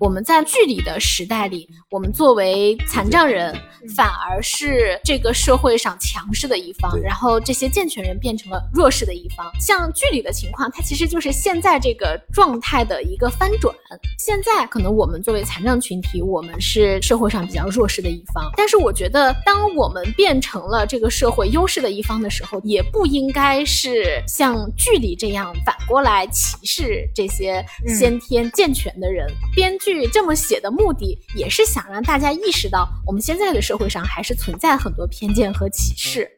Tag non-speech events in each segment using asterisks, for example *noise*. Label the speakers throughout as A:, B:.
A: 我们在剧里的时代里，我们作为残障人，反而是这个社会上强势的一方，
B: 对
A: 然后这些健全人变成了弱势的一方。像剧里的情况，它其实就是现在这个状态的一个翻转。现在可能我们作为残障群体，我们是社会上比较弱势的一方，但是我觉得，当我们变成了这个社会优势的一方的时候，也不应该是像剧里这样反过来歧视这些
C: 嗯
A: 先天健全的人。编剧这么写的目的，也是想让大家意识到，我们现在的社会上还是存在很多偏见和歧 *laughs* 视。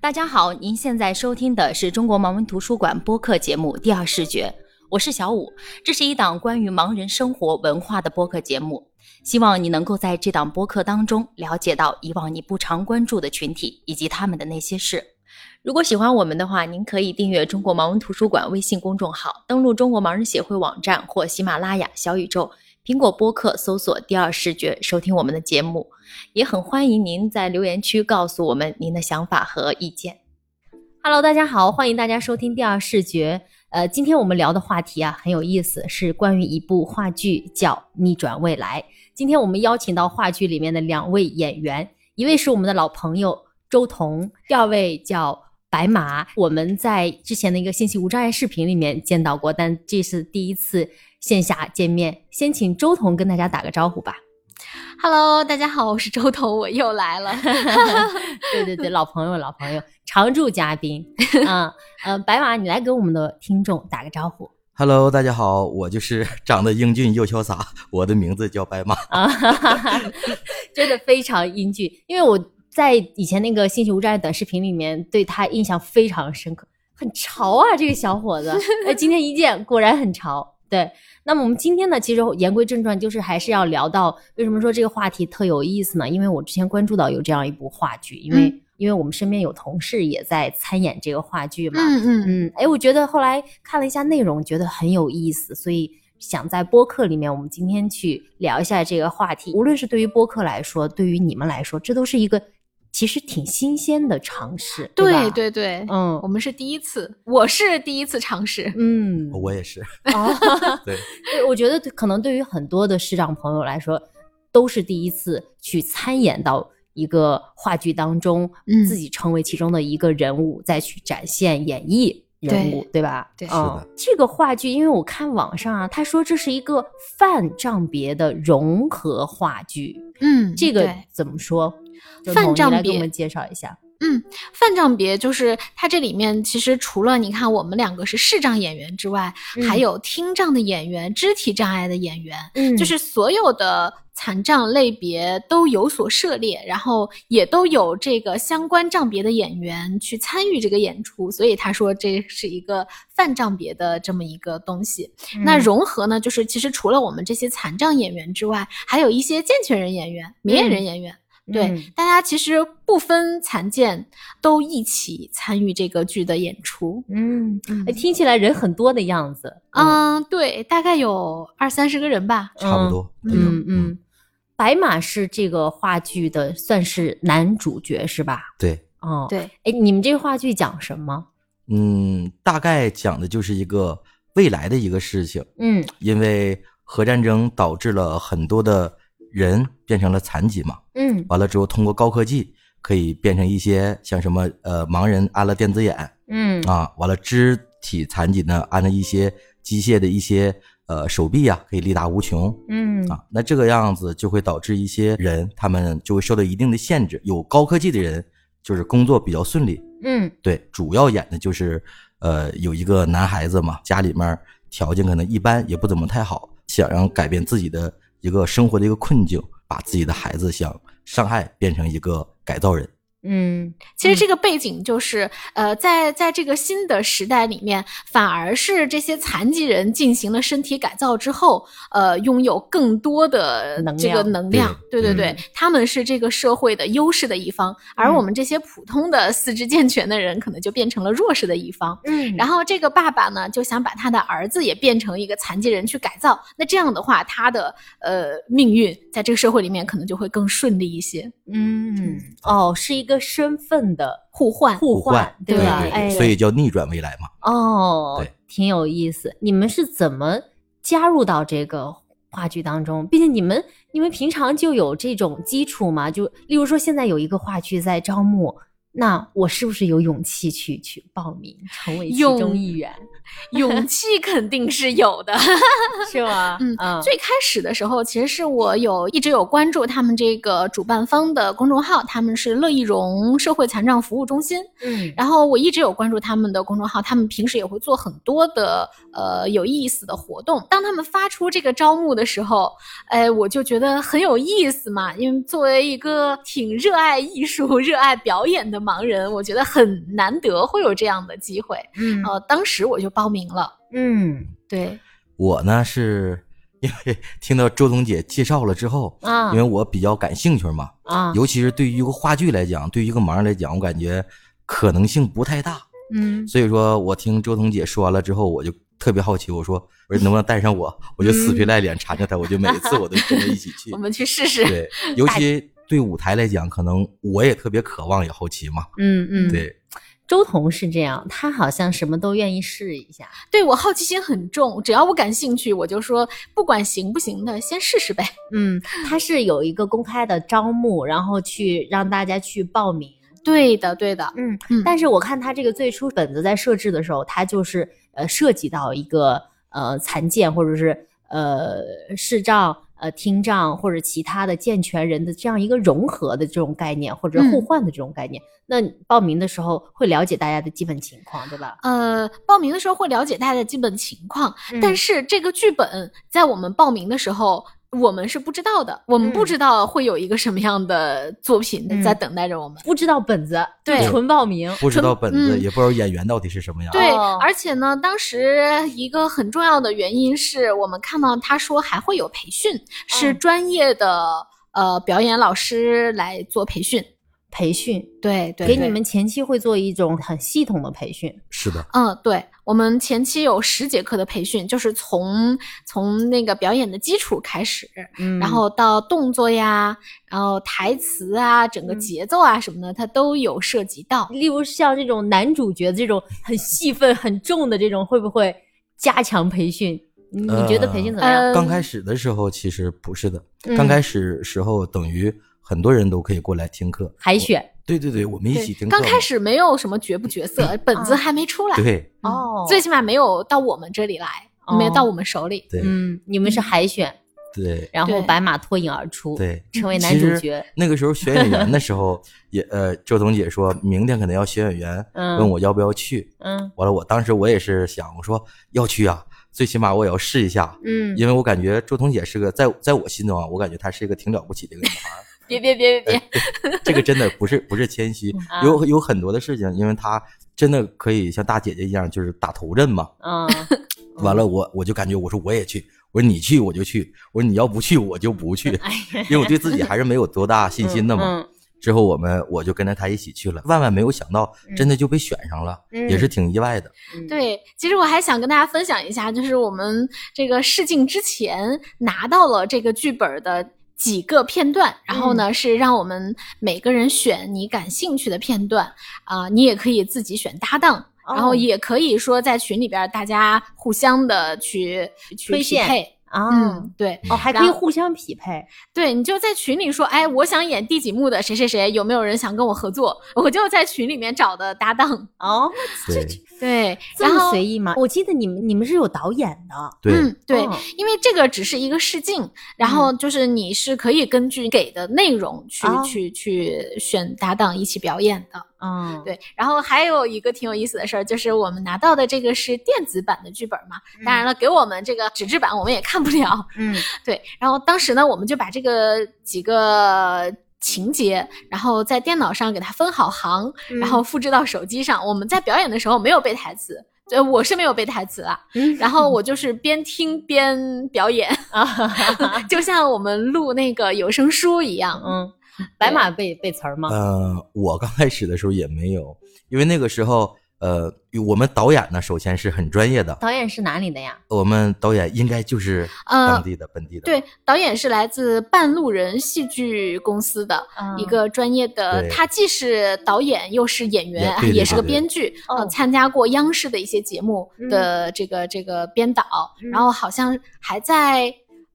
C: 大家好，您现在收听的是中国盲文图书馆播客节目《第二视觉》，我是小五。这是一档关于盲人生活文化的播客节目，希望你能够在这档播客当中了解到以往你不常关注的群体以及他们的那些事。如果喜欢我们的话，您可以订阅中国盲文图书馆微信公众号，登录中国盲人协会网站或喜马拉雅、小宇宙、苹果播客搜索“第二视觉”收听我们的节目。也很欢迎您在留言区告诉我们您的想法和意见。
D: Hello，大家好，欢迎大家收听《第二视觉》。呃，今天我们聊的话题啊很有意思，是关于一部话剧叫《逆转未来》。今天我们邀请到话剧里面的两位演员，一位是我们的老朋友周彤，第二位叫白马。我们在之前的一个信息无障碍视频里面见到过，但这是第一次线下见面。先请周彤跟大家打个招呼吧。
A: Hello，大家好，我是周彤，我又来了。
D: 对对对，老朋友，老朋友，常驻嘉宾。啊、呃，白马，你来给我们的听众打个招呼。
B: Hello，大家好，我就是 *laughs* 长得英俊又潇洒，我的名字叫白马。
D: 啊，哈哈哈，真的非常英俊。因为我在以前那个《信息无障碍》短视频里面对他印象非常深刻，很潮啊，这个小伙子。哎，今天一见，果然很潮。对，那么我们今天呢，其实言归正传，就是还是要聊到为什么说这个话题特有意思呢？因为我之前关注到有这样一部话剧，因为、因为我们身边有同事也在参演这个话剧嘛，
A: 嗯嗯，
D: 嗯，哎，我觉得后来看了一下内容，觉得很有意思，所以想在播客里面，我们今天去聊一下这个话题。无论是对于播客来说，对于你们来说，这都是一个其实挺新鲜的尝试，
A: 对
D: 吧？
A: *laughs* 对对，我
D: 嗯
A: 们是第一次，我是第一次尝试。
D: 嗯，
B: 我也是，
D: 哦，
B: 对，
D: 对，我觉得对可能对于很多的视障朋友来说，都是第一次去参演到一个话剧当中，
A: 嗯
D: 自己成为其中的一个人物，再去展现演绎人物，对吧？
A: 对
D: 嗯
B: 是的
D: 这个话剧，因为我看网上啊，他说这是一个泛障别的融合话剧，
A: 嗯
D: 这个
A: 对
D: 怎么说？就
A: 泛
D: 董你
A: 障
D: 来给
A: 别
D: 我们介绍一下。
A: 嗯，泛障别就是它这里面其实除了你看我们两个是视障演员之外，
D: 嗯
A: 还有听障的演员、肢体障碍的演员，
D: 嗯
A: 就是所有的残障类别都有所涉猎，然后也都有这个相关障别的演员去参与这个演出，所以他说这是一个泛障别的这么一个东西。那融合呢，就是其实除了我们这些残障演员之外，还有一些健全人演员、明眼人演员。对，
D: 嗯
A: 大家其实不分残健，都一起参与这个剧的演出。
D: 嗯，
A: 嗯
D: 哎听起来人很多的样子。
A: 嗯，对，大概有二三十个人吧。
B: 差不多。
D: 嗯嗯嗯，白马是这个话剧的算是男主角是吧？
B: 对，
D: 哦，，
A: 对，
D: 哎，你们这个话剧讲什么？
B: 嗯，大概讲的就是一个未来的一个事情，
D: 嗯
B: 因为核战争导致了很多的人变成了残疾嘛，
D: 嗯
B: 完了之后通过高科技可以变成一些像什么呃盲人安了电子眼
D: 嗯
B: 啊，完了肢体残疾呢安了一些机械的一些呃手臂呀、可以力达无穷，
D: 嗯
B: 啊，那这个样子就会导致一些人，他们就会受到一定的限制。有高科技的人，就是工作比较顺利。
D: 嗯
B: 对，主要演的就是，呃，有一个男孩子嘛，家里面条件可能一般，也不怎么太好，想让改变自己的一个生活的一个困境，把自己的孩子想伤害变成一个改造人。
D: 嗯
A: 其实这个背景就是，呃，在在这个新的时代里面，反而是这些残疾人进行了身体改造之后，呃，拥有更多的
D: 能
A: 这个
D: 量
A: 能量。对对对，他们是这个社会的优势的一方，而我们这些普通的四肢健全的人，可能就变成了弱势的一方。
D: 嗯
A: 然后这个爸爸呢，就想把他的儿子也变成一个残疾人去改造。那这样的话，他的呃命运在这个社会里面可能就会更顺利一些。
D: 嗯，哦，是一个身份的
A: 互换，
D: 互换，
A: 对
D: 吧？
B: 对
D: 哎，
B: 所以叫逆转未来嘛。
D: 哦
B: 对，
D: 挺有意思。你们是怎么加入到这个话剧当中？毕竟你们你们平常就有这种基础嘛？就例如说现在有一个话剧在招募，那我是不是有勇气去去报名成为其中
A: 勇
D: 一员？
A: 勇气肯定是有的。 *laughs*
D: 是吗？
A: 嗯
D: 嗯
A: 最开始的时候，其实是我有一直有关注他们这个主办方的公众号，他们是乐意融社会残障服务中心。
D: 嗯
A: 然后我一直有关注他们的公众号，他们平时也会做很多的呃有意思的活动。当他们发出这个招募的时候，哎，我就觉得很有意思嘛，因为作为一个挺热爱艺术、热爱表演的盲人，我觉得很难得会有这样的机会。
D: 嗯
A: 呃，当时我就报名了。
D: 嗯
A: 对，
B: 我呢是 *laughs* 因为听到周彤姐介绍了之后，
A: 嗯
D: 啊
B: 因为我比较感兴趣嘛，
D: 啊
B: 尤其是对于一个话剧来讲，对于一个盲人来讲，我感觉可能性不太大。
D: 嗯
B: 所以说我听周彤姐说完了之后，我就特别好奇，我说我说能不能带上我？我就死皮赖脸缠着她，我就每一次我都跟着一起去
A: 我。们去试试。
B: *laughs* 对，尤其对舞台来讲，可能我也特别渴望，也好奇嘛。
D: 嗯嗯，
B: 对，
D: 周彤是这样，他好像什么都愿意试一下。
A: 对我好奇心很重，只要我感兴趣，我就说不管行不行的，先试试呗。
D: 嗯，他是有一个公开的招募，然后去让大家去报名。
A: 嗯对的，对的，
D: 嗯
A: 嗯，
D: 但是我看他这个最初本子在设置的时候，他就是呃涉及到一个呃残健或者是呃视障、呃听障或者其他的健全人的这样一个融合的这种概念，或者互
A: 嗯
D: 换的这种概念。那你报名的时候会了解大家的基本情况，对吧？
A: 呃，报名的时候会了解大家的基本情况，但
D: 是
A: 是这个剧本在我们报名的时候。我们是不知道的，我们不
D: 嗯
A: 知道会有一个什么样的作品
D: 嗯
A: 在等待着我们。
D: 不知道本子，
A: 对
D: 纯报名。
B: 不知道本子，
A: 嗯
B: 也不知道演员到底是什么样。
A: 对，
D: 哦
A: 而且呢，当时一个很重要的原因是我们看到他说还会有培训，是
D: 嗯
A: 专业的呃表演老师来做培训。
D: 培训
A: 对对，
D: 给
A: 对
D: 你们前期会做一种很系统的培训，
B: 是的，
A: 嗯，对，我们前期有十节课的培训，就是从从那个表演的基础开始，
D: 嗯
A: 然后到动作呀，然后台词啊，整个
D: 嗯
A: 节奏啊什么的，它都有涉及到。
D: 例如像这种男主角这种很戏份很重的这种，会不会加强培训？你你觉得培训怎么样？
A: 呃
B: 刚开始的时候其实不是的，
D: 嗯
B: 刚开始时候等于很多人都可以过来听课。
D: 海选
B: 对对对，我们一起听课
A: 刚
B: 嘛。
A: 开始没有什么角不角色，本子
D: 啊
A: 还没出来，
B: 对
D: 哦
A: 最起码没有到我们这里来，没有
D: 哦
A: 到我们手里。
B: 对
D: 嗯，你们是海选，
B: 对
D: 然后
A: 对
D: 白马脱颖而出，
B: 对，
D: 成为男
B: 其
D: 主
B: 实
D: 角。
B: 那个时候选演员的时
A: *laughs*
B: 候，也呃，周彤姐说明天可能要选演员，
D: 嗯
B: 问我要不要去。
D: 嗯
B: 完了，我当时我也是想，我说要去啊，最起码我也要试一下，
D: 嗯，
B: 因为我感觉周彤姐是个在在我心中啊，我感觉她是一个挺了不起的一个女孩
A: *laughs*
B: 儿。哎
A: 别别别别嗯啊别，
B: 这个真的不是不是谦虚，有有很多的事情，因为她真的可以像大姐姐一样，就是打头阵嘛。
D: 啊，
A: 嗯
B: 完了，我我就感觉我说我也去，我说你去我就去，我说你要不去我就不去，
A: 哎
B: 因为我对自己还是没有多大信心的嘛。
D: 嗯
B: 之后我们我就跟着他一起去了，万万没有想到，真的就被选上了，
D: 嗯
B: 也是挺意外的。
D: 嗯
A: 对，其实我还想跟大家分享一下，就是我们这个试镜之前拿到了这个剧本的几个片段，然后
D: 嗯
A: 呢、是让我们每个人选你感兴趣的片段啊、你也可以自己选搭档。然后
D: 哦
A: 也可以说在群里边儿大家互相的去去
D: 推
A: 匹
D: 荐
A: 配，
D: 啊
A: 嗯，对
D: 哦，还可以互相匹配，
A: 对，你就在群里说，哎，我想演第几幕的谁谁谁，有没有人想跟我合作？我就在群里面找的搭档，
D: 哦，
B: 对
A: 对，
D: 这
A: 然
D: 么
A: 后
D: 随意吗？我记得你们你们是有导演的，
B: 对、
A: 嗯，对，
D: 哦嗯
A: 因为这个只是一个试镜，然后就是你是可以根据给的内容去、
D: 哦
A: 去去选搭档一起表演的。
D: 嗯，
A: 对，然后还有一个挺有意思的事儿，就是我们拿到的这个是电子版的剧本嘛，当然了，给我们这个纸质 *laughs* 版我们也看不了。
D: 嗯，
A: 对，然后当时呢，我们就把这个几个。情节，然后在电脑上给它分好行，
D: 嗯
A: 然后复制到手机上。我们在表演的时候没有背台词，呃，我是没有背台词啊，
D: 嗯
A: 然后我就是边听边表
D: *laughs*
A: 演， *laughs* 就像我们录那个有声书一样。
D: 嗯，白马背背词儿吗？
B: 呃，我刚开始的时候也没有，因为那个时候，呃，我们导演呢，首先是很专业的，
D: 导演是哪里的呀？
B: 我们导演应该就是
A: 呃
B: 当地的、本地的，
A: 对，导演是来自半路人戏剧公司的
D: 嗯
A: 一个专业的，
B: 对
A: 他既是导演又是演员
B: 也，对对
A: 也是个
B: 对对
A: 编剧，
D: 哦嗯
A: 呃参加过央视的一些节目的这个、这个编导，然后好像还在。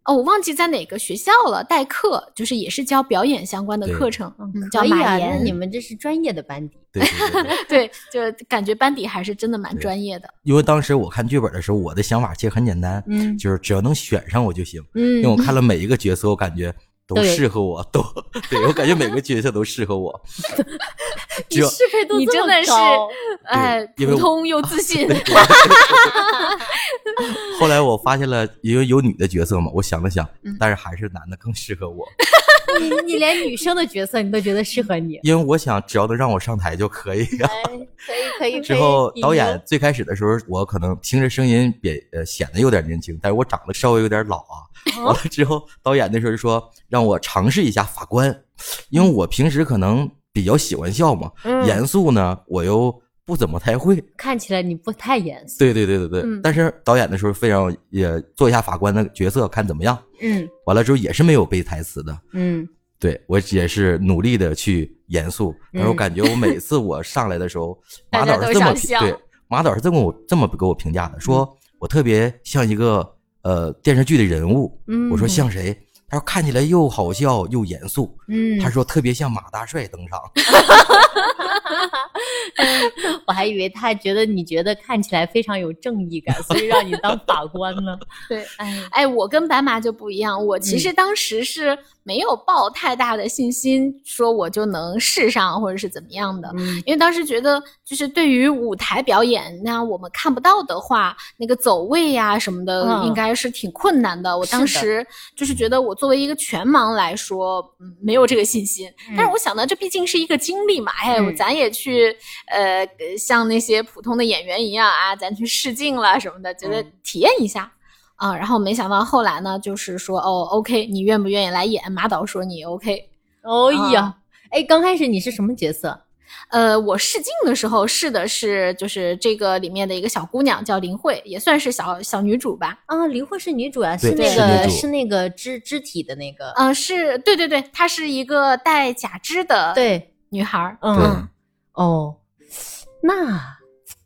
A: 哦，我忘记在哪个学校了，代课就是也是教表演相关的
B: 对
A: 课程，嗯，叫
D: 可以
A: 马
D: 啊，那
A: 岩，
D: 你们这是专业的
A: *laughs*
D: 班底。
B: 对对对对。
A: 对，就感觉班底还是真的蛮
B: 对
A: 专业的，
B: 因为当时我看剧本的时候，我的想法其实很简单，
D: 嗯
B: 就是只要能选上我就行。因
D: 嗯
B: 为我
D: *laughs*
B: 看了每一个角色，我感觉都
D: 都有
B: 适合我，都对我感觉每个角色都适合我。只有
D: 配
A: 你真的是哎，
B: 因为
A: 普
B: 我
A: 通又
B: *laughs*
A: 自信，
B: 后来我发现了，因为有女的角色嘛，我想了想
A: 嗯，
B: 但是还是男的更适合我，，
D: 你你连女生的角色你都觉得适合你
B: 因为我想只要能让我上台就可以了。
D: 可以可以
B: 之后导演最开始的时候，我可能听着声音也呃显得有点年轻，但是我长得稍微有点老啊。完了之后，导演那时候就说让我尝试一下法官，因为我平时可能比较喜欢笑嘛，
D: 嗯
B: 严肃呢我又不怎么太会。
D: 看起来你不太严肃。
B: 对对对对对，
A: 嗯
B: 但是导演的时候非常也做一下法官的角色，看怎么样。
D: 嗯
B: 完了之后也是没有背台词的，
D: 嗯
B: 对我也是努力的去严肃，但是我
D: 嗯
B: 感觉我每次我上来的时候，
A: 大
B: 马
A: 家
B: 导是
A: 都
B: 这么
A: 想
B: 评
A: 笑
B: 对马导是这么我这么给我评价的，说我特别像一个呃电视剧的人物。
D: 嗯
B: 我说像谁？他说看起来又好笑又严肃。
D: 嗯
B: 他说特别像马大帅登场。
D: 我还以为他觉得你觉得看起来非常有正义感，所以让你当法官呢。
A: *laughs* 对，
D: 哎，
A: 哎，我跟白马就不一样，我
D: 嗯
A: 其实当时是没有抱太大的信心，说我就能试上或者是怎么样的。
D: *laughs* 嗯
A: 因为当时觉得，就是对于舞台表演，那我们看不到的话，那个走位呀、什么的，
D: 嗯
A: 应该是挺困难的。我
D: 是
A: 当
D: 的
A: 时就是觉得，我作为一个全盲来说，嗯没有这个信心。但是我想到，这毕竟是一个经历嘛，哎，我
D: 嗯
A: 咱也去，呃，像那些普通的演员一样啊，咱去试镜了什么的，觉得
D: 嗯
A: 体验一下。啊，然后没想到后来呢，就是说哦，OK，你愿不愿意来演？马导说你 OK。
D: 哦
A: 嗯
D: 呀，哎，刚开始你是什么角色？
A: 呃，我试镜的时候试的是就是这个里面的一个小姑娘叫林慧，也算是小小女主吧。
D: 啊，林慧是女主啊，
B: 对
D: 是那
A: 是
D: 个
B: 女主
D: 是那个肢肢体的那个，
A: 嗯、是对对对，她是一个戴假肢的
D: 对，
A: 女孩儿。
D: 嗯，哦，那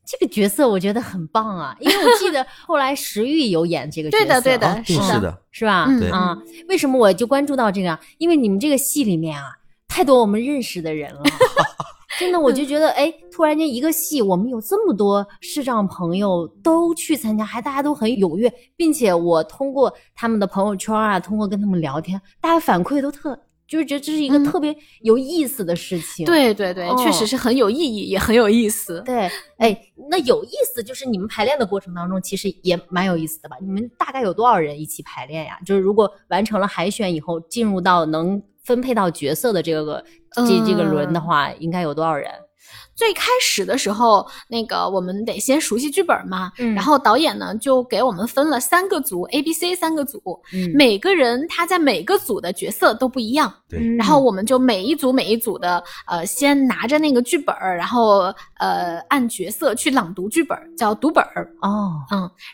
D: 这个角色我觉得很棒啊，因为我记
A: *laughs*
D: 得后来石玉有演这个角
A: 对
D: 色，
A: 的对的
B: 啊，对
A: 是的
B: 是的，
D: 是吧？
A: 嗯
B: 对
D: 啊，为什么我就关注到这个啊？因为你们这个戏里面啊，太多我们认识的人了。真的，我就觉得，哎，突然间一个戏，我们有这么多视障朋友都去参加，还大家都很踊跃，并且我通过他们的朋友圈啊，通过跟他们聊天，大家反馈都特，就是觉得这是一个
A: 嗯
D: 特别有意思的事情。
A: 对对对，确实
D: 哦
A: 是很有意义，也很有意思。
D: 对，哎，那有意思就是你们排练的过程当中，其实也蛮有意思的吧？你们大概有多少人一起排练呀？就是如果完成了海选以后，进入到能分配到角色的这个这这个轮的
A: 嗯
D: 话，应该有多少人？
A: 最开始的时候，那个我们得先熟悉剧本嘛，
D: 嗯
A: 然后导演呢就给我们分了三个组，A、B、C 三个组，
D: 嗯
A: 每个人他在每个组的角色都不一样。
B: 对
A: 然后我们就每一组每一组的，呃，先拿着那个剧本儿，然后呃按角色去朗读剧本儿，叫读本儿，
D: 哦，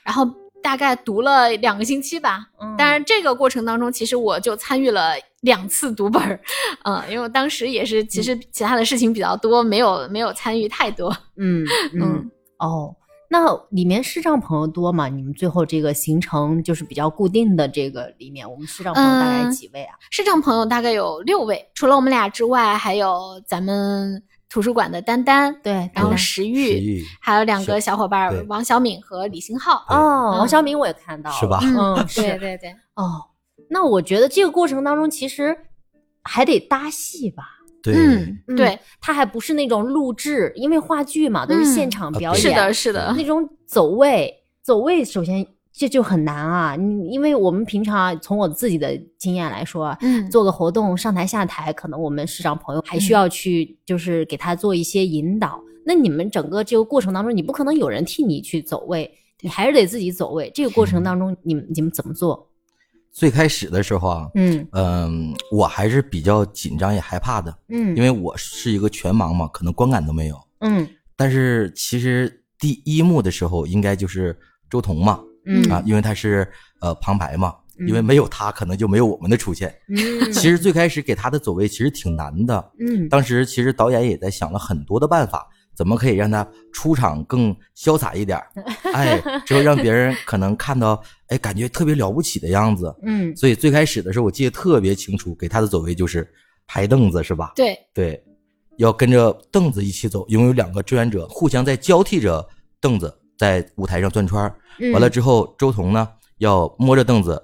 A: 然后大概读了两个星期吧。当
D: 然
A: 然，这个过程当中，其实我就参与了两次读本儿， *laughs* 嗯，因为我当时也是其实其他的事情比较多，没有没有参与太多。
D: 嗯嗯
A: 嗯
D: 哦。那里面视障朋友多吗？你们最后这个行程就是比较固定的这个里面，我们视障朋友大概
A: 嗯
D: 几位啊？
A: 视障朋友大概有六位，除了我们俩之外，还有咱们图书馆的丹丹，
D: 对，
A: 然后
D: 对
A: 石
B: 失
A: 玉，
B: 忆
A: 还有两个
B: 是
A: 小伙伴儿
B: 对
A: 王小敏和李星浩。
D: 哦，
A: 嗯
D: 王小明我也看到
B: 是
D: 了
B: 吧
D: 嗯，是
A: 对对对。
D: 哦，那我觉得这个过程当中其实还得搭戏吧。
B: 对，
A: 嗯，对，
D: 它还不是那种录制，因因为话剧嘛都是
A: 嗯
D: 现场表演，
A: 是的，是的
B: 嗯，
D: 那种走位，走位首先这就很难啊！你因为我们平常啊从我自己的经验来说啊，
A: 嗯
D: 做个活动上台下台，可能我们市场朋友还需要去就是给他做一些引导。那你们整个这个过程当中，你不可能有人替你去走位，你还是得自己走位。这个过程当中，你们你们怎么做？
B: 最开始的时候啊，
D: 嗯
B: 嗯，我还是比较紧张也害怕的，
D: 嗯
B: 因为我是一个全盲嘛，可能观感都没有。
D: 嗯
B: 但是其实第一幕的时候，应该就是周彤嘛，
D: 嗯
B: 啊，因为他是呃旁白嘛，因为
D: 嗯
B: 没有他，可能就没有我们的出现。
D: 嗯
B: 其实最开始给他的走位其实挺难的，
D: 嗯
B: 当时其实导演也在想了很多的办法，怎么可以让他出场更潇洒
D: *laughs*
B: 一点儿，哎，之后让别人可能看到，哎，感觉特别了不起的样子。
D: 嗯
B: 所以最开始的时候，我记得特别清楚，给他的走位就是排凳子，是吧？
A: 对，
B: 对，要跟着凳子一起走，因为有两个志愿者互相在交替着凳子在舞台上转圈儿。
D: 嗯，
B: 完了之后，周彤呢要摸着凳子，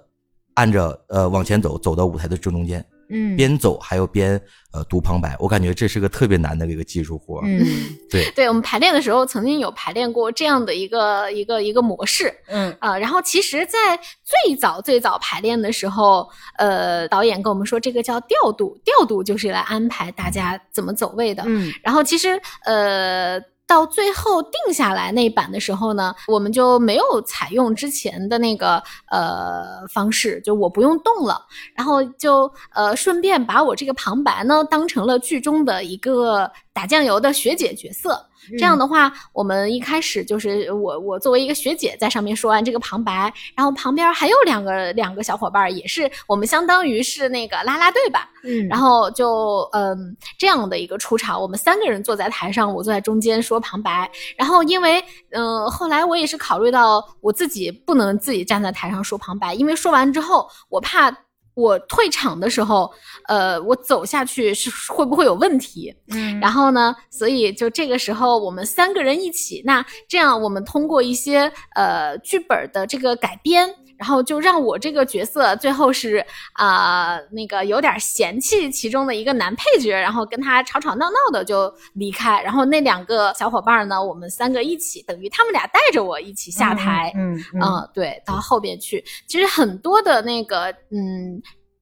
B: 按着呃往前走，走到舞台的正中间，
D: 嗯
B: 边走还要边呃读旁白。我感觉这是个特别难的一个技术活儿。
D: 嗯
B: 对，
A: 对我们排练的时候曾经有排练过这样的一个一个一个模式，
D: 嗯
A: 啊，然后其实，在最早最早排练的时候，呃，导演跟我们说这个叫调度，调度就是来安排大家怎么走位的。
D: 嗯
A: 然后其实，呃。到最后定下来那一版的时候呢，我们就没有采用之前的那个呃方式，就我不用动了，然后就呃顺便把我这个旁白呢当成了剧中的一个打酱油的学姐角色，这样的话，我们一开始就是我我作为一个学姐在上面说完这个旁白，然后旁边还有两个两个小伙伴儿，也是我们相当于是那个啦啦队吧，
D: 嗯，
A: 然后就嗯这样的一个出场，我们三个人坐在台上，我坐在中间说旁白。然后因为嗯、呃后来我也是考虑到我自己不能自己站在台上说旁白，因为说完之后我怕。我退场的时候，呃，我走下去是会不会有问题？
D: 嗯
A: 然后呢，所以就这个时候我们三个人一起，那这样我们通过一些呃剧本的这个改编，然后就让我这个角色最后是啊、那个有点嫌弃其中的一个男配角，然后跟他吵吵闹闹的就离开，然后那两个小伙伴呢，我们三个一起，等于他们俩带着我一起下台，
D: 嗯
A: 嗯，对，到后边去，其实很多的那个嗯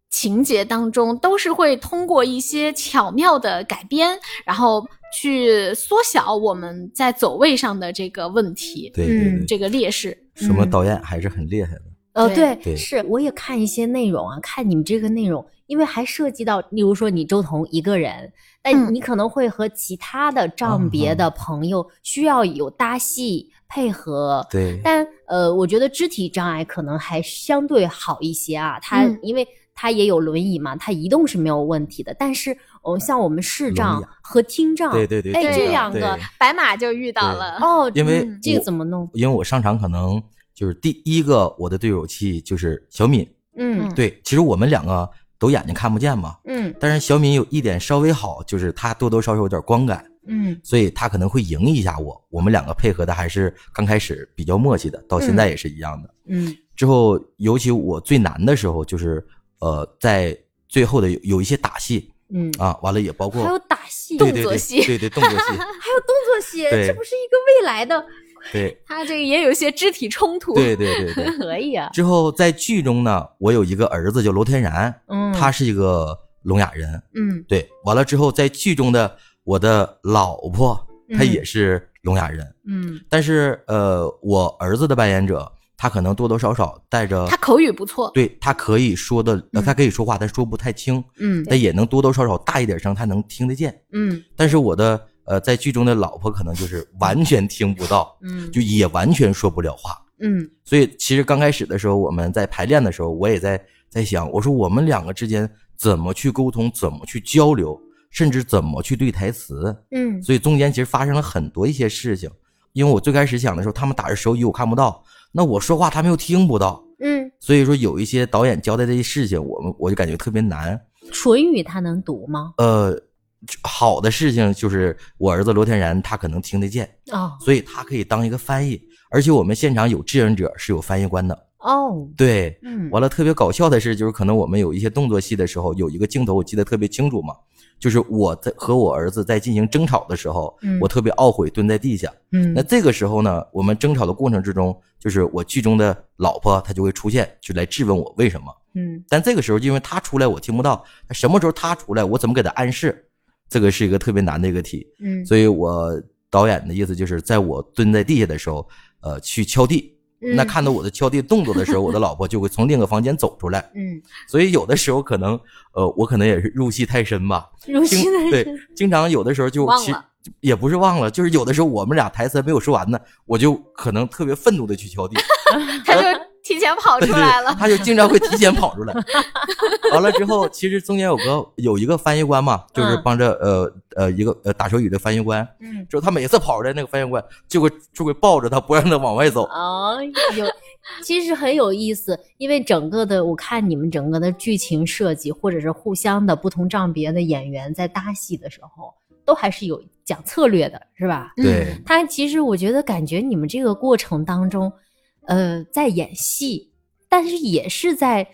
A: 情节当中，都是会通过一些巧妙的改编，然后去缩小我们在走位上的这个问题，
B: 对
D: 嗯
B: 对对，
A: 这个劣势。
B: 什么导演还是很厉害的。
D: 呃，
A: 对
B: 对
D: 是我也看一些内容啊，看你们这个内容，因为还涉及到，例如说你周彤一个人，但
A: 嗯
D: 你可能会和其他
B: 嗯
D: 的账别的朋友需要有搭戏配合。
B: 对，
D: 但呃，我觉得肢体障碍可能还相对好一些啊，他、
A: 嗯
D: 因为他也有轮椅嘛，他移动是没有问题的。但是，哦，像我们视
B: 轮椅
D: 障
B: 啊
D: 和听障，
B: 对对对
D: 哎，
A: 对
D: 这
A: 对
D: 两
B: 对
D: 个
A: 白马就遇到了，
D: 哦，
B: 因为
D: 嗯这个
B: 我
D: 怎么弄？
B: 因为我上场可能就是第一个我的对手戏就是小敏。
D: 嗯
B: 对，其实我们两个都眼睛看不见嘛，
D: 嗯
B: 但是小敏有一点稍微好，就是她多多少少有点光感，
D: 嗯
B: 所以她可能会赢一下我。我们两个配合的还是刚开始比较默契的，到现在也是一样的。
D: 嗯
B: 之后，尤其我最难的时候，就是呃，在最后的有有一些打戏
D: 嗯，
B: 啊，完了也包括
D: 还有打戏，
B: 对对
A: 动作
B: 对
A: 戏
B: 对对
A: *laughs*
B: 动作戏，
D: 还有动作戏，
B: 对
D: 这不是一个未来的，
B: 对
A: 他这个也有一些肢体冲突。
B: 对对对对。
D: 可以啊。
B: 之后在剧中呢，我有一个儿子叫罗天然，
D: 嗯，
B: 他是一个聋哑人，
D: 嗯
B: 对，完了之后，在剧中的我的老婆，她
A: 嗯
B: 也是聋哑人，
D: 嗯
B: 但是呃，我儿子的扮演者，他可能多多少少带着
A: 他口语不错，嗯
B: 对他可以说的，呃他可以说话，但说不太清，
D: 嗯
B: 但也能多多少少大一点声，他能听得见。
D: 嗯
B: 但是我的呃，在剧中的老婆可能就是完全听不到，
D: 嗯
B: 就也完全说不了话。
D: 嗯
B: 所以其实刚开始的时候，我们在排练的时候，我也在在想，我说我们两个之间怎么去沟通，怎么去交流，甚至怎么去对台词。
D: 嗯
B: 所以中间其实发生了很多一些事情，因为我最开始想的时候，他们打着手语我看不到，那我说话他们又听不到，
D: 嗯，
B: 所以说有一些导演交代这些事情，我们我就感觉特别难。
D: 唇语他能读吗？
B: 呃，好的事情就是我儿子罗天然他可能听得见，
D: 哦
B: 所以他可以当一个翻译，而且我们现场有志愿者是有翻译官的。
D: 哦，
B: 对，
D: 嗯，
B: 完了，特别搞笑的是，就是可能我们有一些动作戏的时候，有一个镜头我记得特别清楚嘛，就是我在和我儿子在进行争吵的时候，
D: 嗯
B: 我特别懊悔蹲在地下。
D: 嗯
B: 那这个时候呢，我们争吵的过程之中，就是我剧中的老婆她就会出现，就来质问我为什么。
D: 嗯
B: 但这个时候，因为她出来我听不到，那什么时候她出来，我怎么给她暗示？这个是一个特别难的一个题，
D: 嗯
B: 所以我导演的意思就是，在我蹲在地下的时候，呃，去敲地。
A: 嗯
B: 那看到我的敲地动作
A: *laughs*
B: 的时候，我的老婆就会从另一个房间走出来。
D: 嗯
B: 所以有的时候可能，呃，我可能也是入戏太深吧，
A: 如
B: 经
A: 今的
B: 对
A: 人，
B: 经常有的时候就
A: 忘
B: 其
A: 了
B: 也不是忘了，就是有的时候我们俩台词还没有说完呢，我就可能特别愤怒的去敲地，
A: 他就提前跑
B: 对
A: 出
B: 对
A: 来了
B: 对，。他就经常会提前跑出来。完了之后，其实中间有个有一个翻译官嘛，就是
D: 嗯
B: 帮着呃呃一个呃打手语的翻译官，
D: 嗯，
B: 就是他每次跑出来那个翻译官就会就会抱着他不让他往外走，
D: 哦， *laughs* 有，其实很有意思，因为整个的我看你们整个的剧情设计，或者是互相的不同账别的演员在搭戏的时候，都还是有讲策略的，是吧？
B: *laughs*
A: 嗯
B: 对
D: 他其实我觉得感觉你们这个过程当中，呃，在演戏，但是也是在。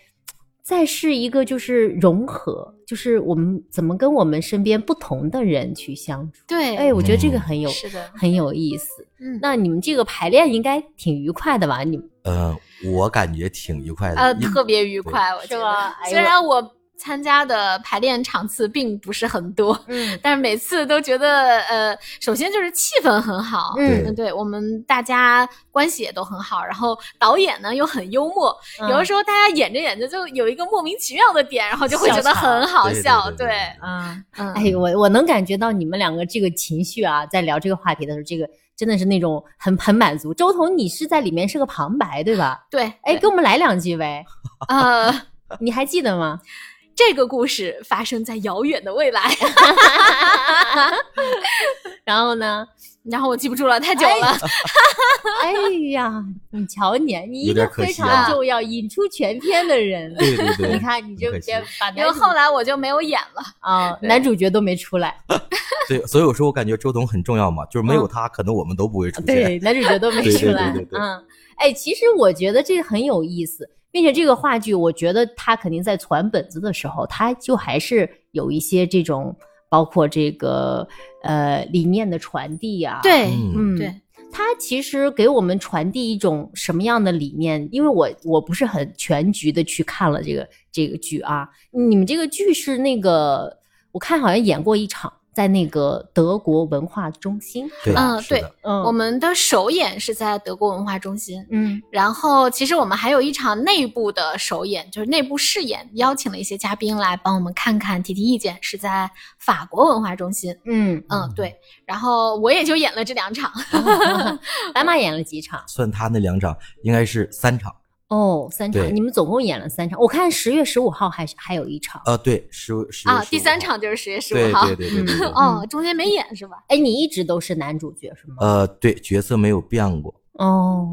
D: 再是一个就是融合，就是我们怎么跟我们身边不同的人去相处。
A: 对，
D: 哎，我觉得这个
B: 嗯
D: 很有、
A: 是的，
D: 很有意思。
A: 嗯，
D: 那你们这个排练应该挺愉快的吧？你们
B: 嗯、我感觉挺愉快的，
A: 呃，
B: 因为
A: 特别愉快，我觉
D: 是
A: 得
D: 吧哎呦
A: 虽然我参加的排练场次并不是很多，
D: *laughs* 嗯
A: 但是每次都觉得，呃，首先就是气氛很好，
D: 嗯
A: 对我们大家关系也都很好，然后导演呢又很幽默，
D: 嗯
A: 有的时候大家演着演着就有一个莫名其妙的点，然后就会
D: 笑
A: 觉得
D: 场
A: 很好
B: 对
A: 笑，
B: 对对对
D: 候啊，
A: 嗯，
D: 哎，我我能感觉到你们两个这个情绪啊，在聊这个话题的时候，这个真的是那种很很满足。周彤，你是在里面是个旁白对吧？
A: 对，
D: 哎，
A: 对
D: 给我们来两句呗，哎
A: 呃，
D: 你还记得吗？
A: 这个故事发生在遥远的未来， *laughs*
D: 然后呢？
A: 然后我记不住了，太久了，
D: 哎呀，你瞧你，你一个
B: 有点可
D: 非
B: 惜
D: 常
B: 啊
D: 重要、引出全篇的人。
B: 对对
A: *laughs*
B: 对，
D: 你看，你这
B: 很可惜
D: 这把
A: 因
D: 男
A: 为
D: 主
A: 后来我就没有演了。
D: 啊、男主角都没出来，
B: 对，所以有时候我感觉周董很重要嘛，就是没有
D: 嗯
B: 他，可能我们都不
A: 呃
B: 会出现。
D: 对，男主角都没
B: *laughs* 对对
D: 出
B: 对
D: 来
B: 对对。
D: 嗯，哎，其实我觉得这个很有意思，并且这个话剧，我觉得他肯定在传本子的时候，他就还是有一些这种，包括这个呃理念的传递呀、，
A: 对
B: 嗯，
D: 嗯，
A: 对。
D: 他其实给我们传递一种什么样的理念？因为我我不是很全局的去看了这个这个剧啊。你们这个剧是那个，我看好像演过一场，在那个德国文化中心。
B: 对，
A: 嗯
B: 是
A: 对
B: 的
D: 嗯，
A: 我们的首演是在德国文化中心，
D: 嗯
A: 然后其实我们还有一场内部的首演，就是内部试演，邀请了一些嘉宾来帮我们看看提提意见，是在法国文化中心。
D: 嗯，
A: 嗯，对。然后我也就演了这两场，
D: 白马演了几场？
B: 算他那两场应该是三场。
D: 哦，三场。
B: 对
D: 你们总共演了三场。我看十月十五号还是还有一场。
B: 呃，对，十十
A: 啊，
B: 月
A: 第
B: 15
A: 三
B: 号
A: 场就是十月十
B: 对
A: 五号。
B: 对对对对对。
A: 哦，中间没演是吧？
D: 哎，你一直都是男主角是吗？
B: 呃，对，角色没有变过。
D: 哦，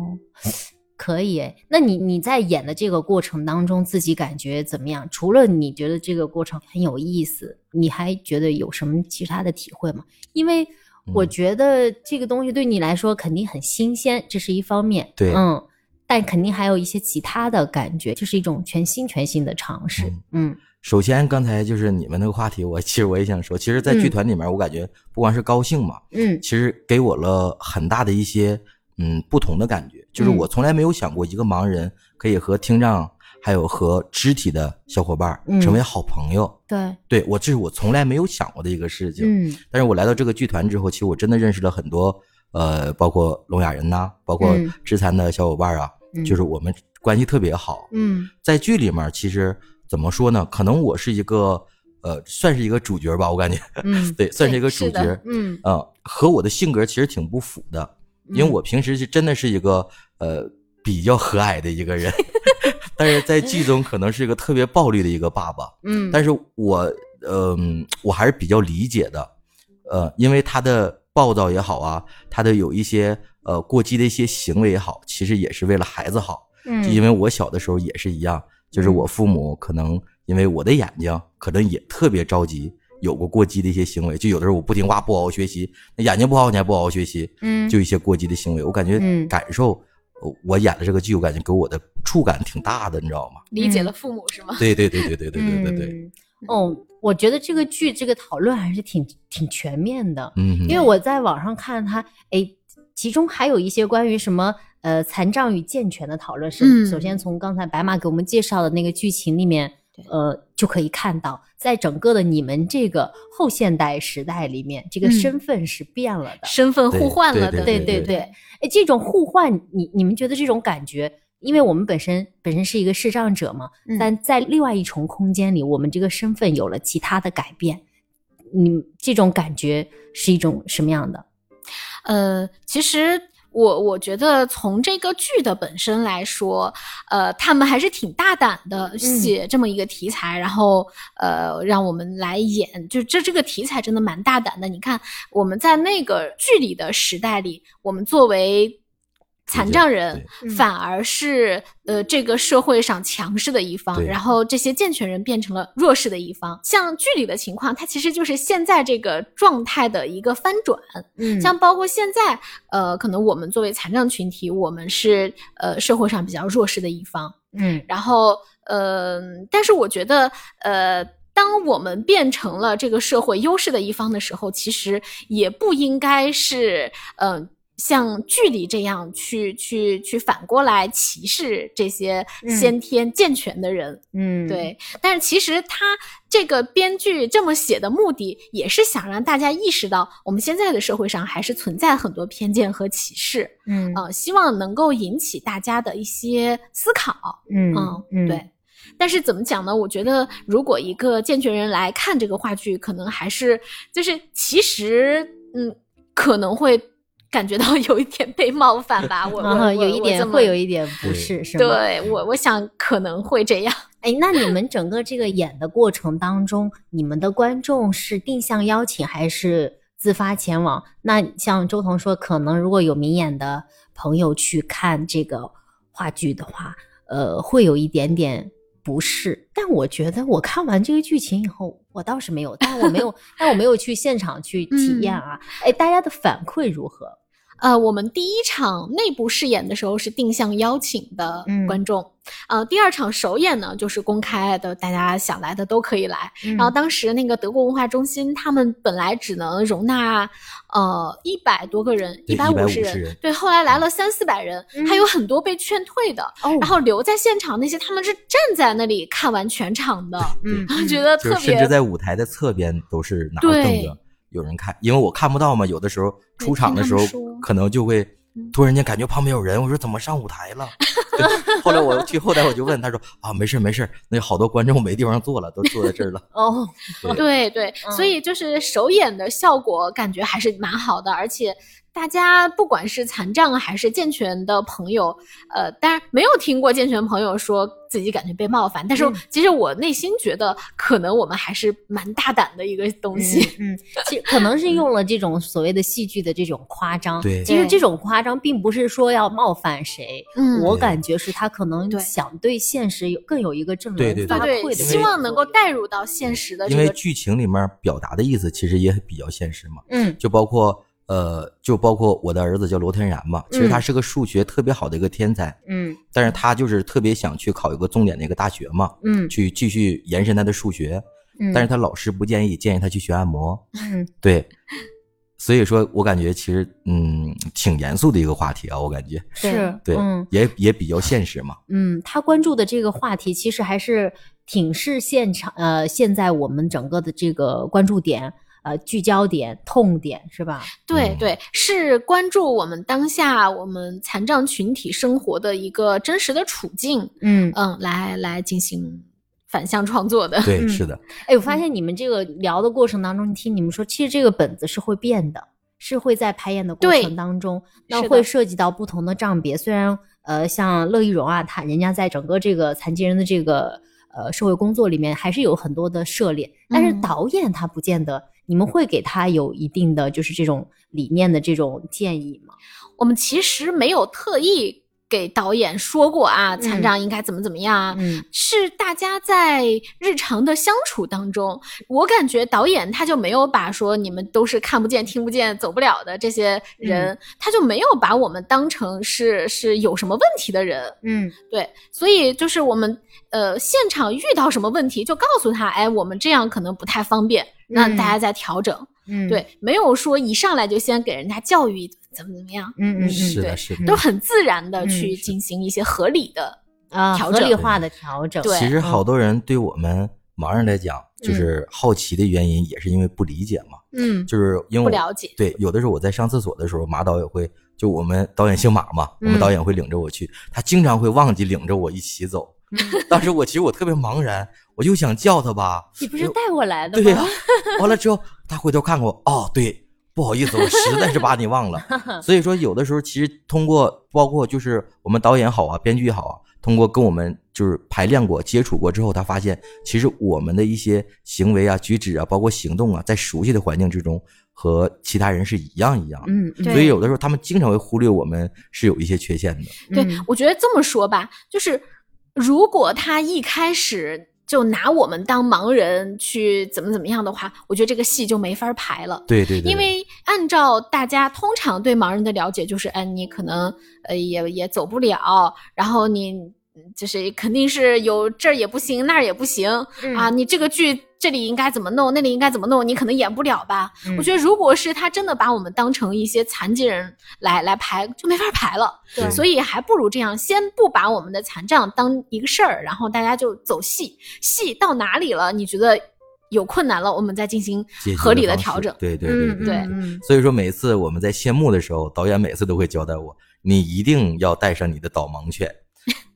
D: 可以哎。那你你在演的这个过程当中，自己感觉怎么样？除了你觉得这个过程很有意思，你还觉得有什么其他的体会吗？因为我
B: 嗯
D: 觉得这个东西对你来说肯定很新鲜，这是一方面。
B: 对
D: 嗯。但肯定还有一些其他的感觉，这是一种全新、全新的尝试。嗯
B: 首先，刚才就是你们那个话题，我 *laughs* 其实我也想说，其实，在剧
D: 嗯
B: 团里面，我感觉不光是高兴嘛，
D: 嗯
B: 其实给我了很大的一些嗯不同的感觉，就是
D: 嗯
B: 我从来没有想过一个盲人可以和听障还有和肢体的小伙伴儿
D: 嗯
B: 成为好朋友。
D: 对，
B: 对我，这是我从来没有想过的一个事情。
D: 嗯
B: 但是我来到这个剧团之后，其实我真的认识了很多，呃，包括聋哑人呐、包括
D: 嗯
B: 肢残的小伙伴
D: 嗯
B: 啊，就是我们关系特别好。
D: 嗯
B: 在剧里面，其实怎么说呢？可能我是一个，呃，算是一个主角吧，我感觉，
D: 嗯
B: 对，算是一个
A: 是
B: 主
A: 的
B: 角。
D: 嗯，
B: 啊、和我的性格其实挺不符的，因为
D: 嗯
B: 我平时是真的是一个呃比较和蔼的一个人，但是在剧中可能是一个特别暴力的一个爸爸。
D: 嗯，
B: 但是我，嗯、我还是比较理解的，呃，因为他的暴躁也好啊，他的有一些呃过激的一些行为也好，其实也是为了孩子好。就因
D: 嗯
B: 为我小的时候也是一样，就是
D: 嗯
B: 我父母可能因为我的眼睛，可能也特别着急，有过过激的一些行为。就有的时候我不听话，不好好学习，那眼睛不好，你还不好好学习，
D: 嗯
B: 就一些过激的行为。我感觉
D: 嗯
B: 感受我我演的这个剧，我感觉给我的触感挺大的，你知道吗？
A: 理解了父母是吗？
B: 对对对对对对对对对，
D: 嗯哦，我觉得这个剧这个讨论还是挺挺全面的，
B: 嗯，
D: 因为我在网上看它，哎，其中还有一些关于什么呃残障与健全的讨论是，
A: 嗯
D: 首先从刚才白马给我们介绍的那个剧情里面，呃，就可以看到，在整个的你们这个后现代时代里面，这个
A: 嗯
D: 身份是变了的，
A: 身份互换了的，
B: 对
D: 对对，哎，这种互换，你你们觉得这种感觉？因为我们本身本身是一个视障者嘛，
A: 嗯
D: 但在另外一重空间里，我们这个身份有了其他的改变，你这种感觉是一种什么样的？
A: 呃，其实我我觉得从这个剧的本身来说，呃，他们还是挺大胆的写这么一个题材，然后呃，让我们来演，就这这个题材真的蛮大胆的。你看我们在那个剧里的时代里，我们作为。残障人
D: 对嗯
A: 反而是呃这个社会上强势的一方，
B: 对
A: 然后这些健全人变成了弱势的一方。像剧里的情况，它其实就是现在这个状态的一个翻转。
D: 嗯
A: 像包括现在，呃，可能我们作为残障群体，我们是呃社会上比较弱势的一方。
D: 嗯
A: 然后，呃，但是我觉得，呃，当我们变成了这个社会优势的一方的时候，其实也不应该是，呃。像剧里这样去去去反过来歧视这些
D: 嗯
A: 先天健全的人，
D: 嗯，
A: 对，但是其实他这个编剧这么写的目的，也是想让大家意识到，我们现在的社会上还是存在很多偏见和歧视，
D: 嗯
A: 呃，希望能够引起大家的一些思考。
D: 嗯
A: 嗯，对。但是怎么讲呢？我觉得如果一个健全人来看这个话剧，可能还是就是其实嗯，可能会感觉到 *laughs* 有一点被冒犯吧。
D: *laughs*
A: 我
D: 然后
A: 我
D: 啊有一点会有。一点不
B: 对
D: 适，是
A: 我
D: 吗？
A: 我这么。对我，我想可能会这样。
D: 哎，那你们整个这个演的过程当中，你们的观众是定向邀请还是自发前往？那像周彤说，可能如果有明眼的朋友去看这个话剧的话，呃，会有一点点不适。但我觉得我看完这个剧情以后，我倒是没有，但我没有，但我没有去现场去体
A: 嗯
D: 验啊。哎，大家的反馈如何？
A: 呃，我们第一场内部试演的时候是定向邀请的
D: 嗯
A: 观众，呃，第二场首演呢就是公开的，大家想来的都可以来。
D: 然
A: 然后当时那个德国文化中心，他们本来只能容纳呃一百多个人，
B: 对
A: 百五
B: 150
A: 人，
B: 人
A: 对，后来来了三四百人，
D: 嗯
A: 还有很多被劝退的。
D: 哦
A: 然后留在现场那些，他们是站在那里看完全场的，
D: 嗯，
A: 我觉得
B: 就
A: 特
B: 是甚
A: 别
B: 至在舞台的侧边都是拿着凳
A: 对
B: 子，有人看，因为我看不到嘛，有的时候
A: 对
B: 出场
A: 听
B: 的
A: 他
B: 时
A: 们
B: 候
A: 说
B: 可能就会
A: 嗯
B: 突然间感觉旁边有人，我说怎么上舞台了？对后来我去后台我就问他说啊，没事儿没事儿，那好多观众没地方坐了，都坐在
A: *laughs*
B: 这儿了。
A: 嗯
D: 哦，
A: 对对，
D: 嗯
A: 所以就是首演的效果感觉还是蛮好的，而且大家不管是残障啊还是健全的朋友，呃，当然没有听过健全朋友说自己感觉被冒犯，但是
D: 嗯
A: 其实我内心觉得，可能我们还是蛮大胆的一个东西。
D: 嗯，嗯其实可能是用了这种所谓的戏剧的这种夸张。
B: 对
D: 其实
A: 对
D: 这种夸张并不是说要冒犯谁，
A: 嗯
D: 我
B: 对
D: 感觉是他可能
A: 对
D: 想对现实有更有一个正
B: 对
D: 面
B: 对
D: 发
A: 对
D: 挥的
A: 对，
D: 这种
A: 希望
D: 作
A: 能够
D: 用
A: 带入到现实的这
B: 因为
A: 个，
B: 剧情里面表达的意思其实也比较现实嘛，
D: 嗯
B: 就包括呃，就包括我的儿子叫罗天然嘛，
A: 嗯
B: 其实他是个数学特别好的一个天才，
D: 嗯
B: 但是他就是特别想去考一个重点的一个大学嘛，
D: 嗯
B: 去继续延伸他的数学，
D: 嗯，
B: 但是他老师不建议，建议他去学按摩。
D: 嗯
B: 对，所以说我感觉其实嗯挺严肃的一个话题啊，我感觉
D: 是
B: 对，
D: 嗯
B: 也也比较现实嘛。
D: 嗯，他关注的这个话题其实还是挺是现场呃，现在我们整个的这个关注点呃聚焦点痛点是吧？
A: 对
B: 嗯
A: 对，是关注我们当下我们残障群体生活的一个真实的处境，
D: 嗯，
A: 嗯，来来进行反向创作的。
B: 对，
D: 嗯
B: 是的，
D: 哎，我发现你们这个聊的过程当中，听你们说，其实这个本子是会变的，是会在排演的过
A: 对
D: 程当中，那
A: 是的
D: 会涉及到不同的账别。虽然呃，像乐一荣啊，他人家在整个这个残疾人的这个呃社会工作里面，还是有很多的涉猎，但是
A: 嗯
D: 导演他不见得。你们会给他有一定的就是这种理念的这种建议吗？
A: 我们其实没有特意给导演说过啊，
D: 嗯
A: 残障应该怎么怎么样啊。
D: 嗯
A: 是大家在日常的相处当中，我感觉导演他就没有把说你们都是看不见、听不见、走不了的这些人，
D: 嗯
A: 他就没有把我们当成是是有什么问题的人。
D: 嗯
A: 对，所以就是我们呃现场遇到什么问题，就告诉他，哎，我们这样可能不太方便，那
D: 嗯
A: 大家再调整。
D: 嗯，
A: 对，没有说一上来就先给人家教育一顿怎么怎么样，
D: 嗯，嗯嗯
B: 是
A: 对
B: 的，是
A: 都
B: 的。
A: 很自然的
D: 嗯
A: 去进行一些合理的。
D: 啊，
A: 调
D: 合
A: 整
D: 理化的调整，
A: 对
B: 其实好多人对我们盲人来讲，就是好奇的原因，也是因为不理解嘛，
A: 嗯，
B: 就是因
A: 不
B: 为我
A: 了解。
B: 对，有的时候我在上厕所的时候，马导也会，就我们导演姓马嘛，我们导演会领着我去，他经常会忘记领着我一起走。 *laughs* 当时我其实我特别茫然，我就想叫他吧，
D: 你不是带我来的
B: 对
D: 吗？
B: 呀、完了之后他回头看看我，哦，对，不好意思，我实在是把你忘了。
A: *laughs*
B: 所以说，有的时候其实通过包括就是我们导演好啊，编剧好啊，通过跟我们就是排练过、接触过之后，他发现其实我们的一些行为啊、举止啊，包括行动啊，在熟悉的环境之中和其他人是一样一样的。
D: 嗯，
A: 对
B: 所以有的时候他们经常会忽略我们是有一些缺陷的。
A: 对，
D: 嗯
A: 我觉得这么说吧，就是如果他一开始就拿我们当盲人去怎么怎么样的话，我觉得这个戏就没法排了。
B: 对对对，
A: 因为按照大家通常对盲人的了解，就是，哎，你可能呃也也走不了，然后你嗯就是肯定是有这儿也不行，那儿也不行、
D: 嗯
A: 啊，，你这个剧这里应该怎么弄，那里应该怎么弄，你可能演不了吧？
D: 嗯
A: 我觉得如果是他真的把我们当成一些残疾人来来排，就没法排了。
B: 对
A: 所以还不如这样，先不把我们的残障当一个事儿，然后大家就走戏，戏到哪里了，你觉得有困难了，我们再进行
B: 解决
A: 合理的
B: 方式
A: 调整。
B: 对对对对
D: 嗯
B: 对。
A: 对
D: 嗯
B: 所以说每次我们在谢幕的时候，导演每次都会交代我，你一定要带上你的导
D: *laughs*
B: 盲犬。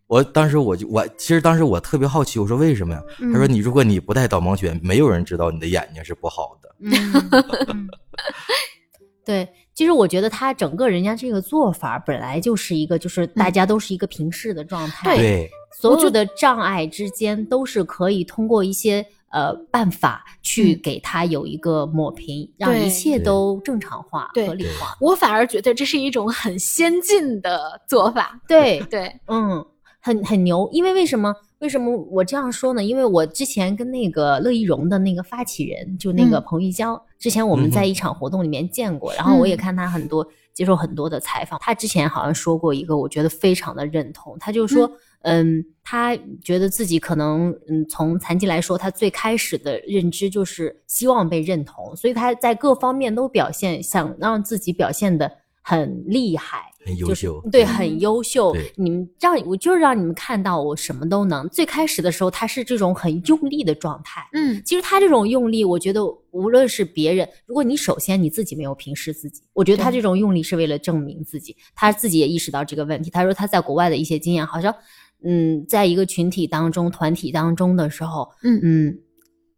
B: 我当时我就我其实当时我特别好奇，我说为什么呀？
D: 嗯
B: 他说你如果你不带导盲犬，没有人知道你的眼睛是不好的。
D: 嗯，对，其实我觉得他整个人家这个做法本来就是一个，就是大家都是一个平视的状态，
A: 嗯对，
D: 所有的障碍之间都是可以通过一些呃办法去
A: 嗯
D: 给他有一个抹平，让
A: 对
D: 一切都正常化、
A: 对
D: 合理化。
A: 我反而觉得这是一种很先进的做法。
D: *laughs* 对，
A: 对，
D: 嗯，很很牛，因为为什么？为什么我这样说呢？因为我之前跟那个乐一荣的那个发起人，就那个
A: 嗯
D: 彭玉娇，之前我们
B: 嗯哼
D: 在一场活动里面见过，然后我也
A: 嗯
D: 看他很多接受很多的采访，他之前好像说过一个，我觉得非常的认同，他就说，嗯，他觉得自己可能，嗯，从残疾来说，他最开始的认知就是希望被认同，所以他在各方面都表现，想让自己表现的很厉害，
B: 很优
D: 就是
B: 秀。
D: 对，
A: 嗯
D: 很优秀
B: 对。
D: 你们让我就是让你们看到我什么都能。最开始的时候，他是这种很用力的状态。
A: 嗯，
D: 其实他这种用力，我觉得无论是别人，如果你首先你自己没有平视自己，我觉得他
A: 对
D: 这种用力是为了证明自己，他自己也意识到这个问题。他说他在国外的一些经验，好像嗯，在一个群体当中、团体当中的时候，
A: 嗯
D: 嗯，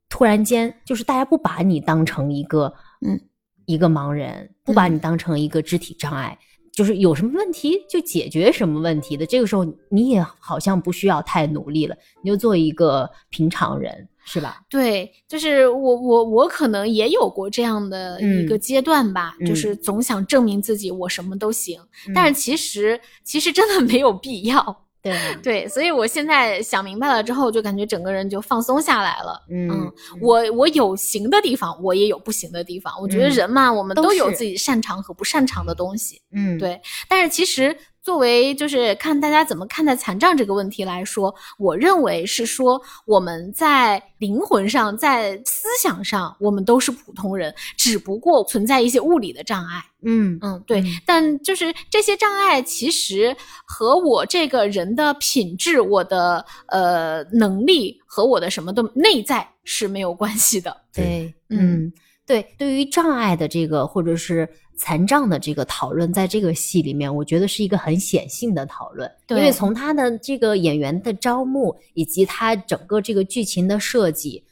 D: 突然间就是大家不把你当成一个
A: 嗯
D: 一个盲人，不把你当成一个肢体障碍。就是有什么问题就解决什么问题的，这个时候你也好像不需要太努力了，你就做一个平常人，是吧？
A: 对，就是我我我可能也有过这样的一个
D: 嗯
A: 阶段吧，
D: 嗯
A: 就是总想证明自己我什么都行，但
D: 但
A: 是
D: 是
A: 其实其实真的没有必要。
D: 对，
A: 对，所以我现在想明白了之后，就感觉整个人就放松下来了。
D: 嗯
A: 嗯，我我有行的地方，我也有不行的地方。我觉得
D: 嗯
A: 人嘛，我们
D: 都
A: 都有
D: 是
A: 自己擅长和不擅长的东西。
D: 嗯，
A: 对但是其实作为就是看大家怎么看待残障这个问题来说，我认为是说我们在灵魂上、在思想上，我们都是普通人，只不过存在一些物理的障碍。
D: 嗯
A: 嗯，对。但就是这些障碍，其实和我这个人的品质、我的呃能力和我的什么都内在是没有关系的。
D: 对，
A: 嗯
D: 嗯，对，对于障碍的这个或者是残障的这个讨论，在这个戏里面，我觉得是一个很显性的讨论，因
A: 对
D: 为从他的这个演员的招募以及他整个这个剧情的设计，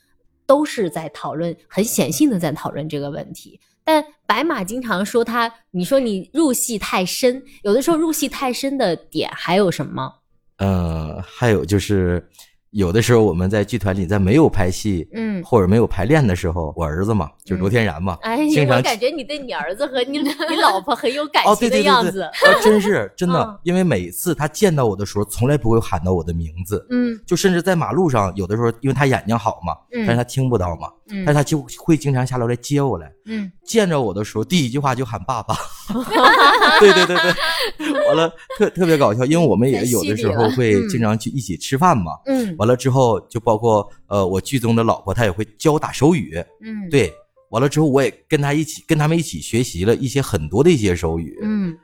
D: 都是在讨论很显性的在讨论这个问题。但白马经常说他，你说你入戏太深，有的时候入戏太深的点还有什么？
B: 嗯，还有就是有的时候我们在剧团里在没有拍戏，
D: 嗯
B: 或者没有排练的时候，我儿子嘛，就是罗天然嘛，
D: 哎呀
B: 经，常
D: 我感觉你对你儿子和你 *laughs* 你老婆很有感
B: 哦，
D: 情的
B: 对对
D: 样
B: 对对，
D: 子。
B: 啊，真
D: *laughs*
B: 是真
D: 嗯
B: 的，因为每次他见到我的时候，从来不会喊到我的名字，
A: 嗯
B: 就甚至在马路上，有的时候因为他眼睛好嘛，
D: 嗯
B: 但是他听不到嘛，
D: 嗯
B: 但是他就会经常下楼来接我来。
D: 嗯，
B: 见着我的时候，第一句话就
D: *laughs*
B: 喊爸爸。对对对对，完了特特别搞笑，因为我们也有的时候会
A: 嗯
B: 经常去一起吃饭嘛。
D: 嗯
B: 完了之后，就包括呃，我剧中的老婆，她也会教我打手语。
D: 嗯，
B: 对，完了之后，我也跟她一起跟他们一起学习了一些很多的一些手语。
D: 嗯，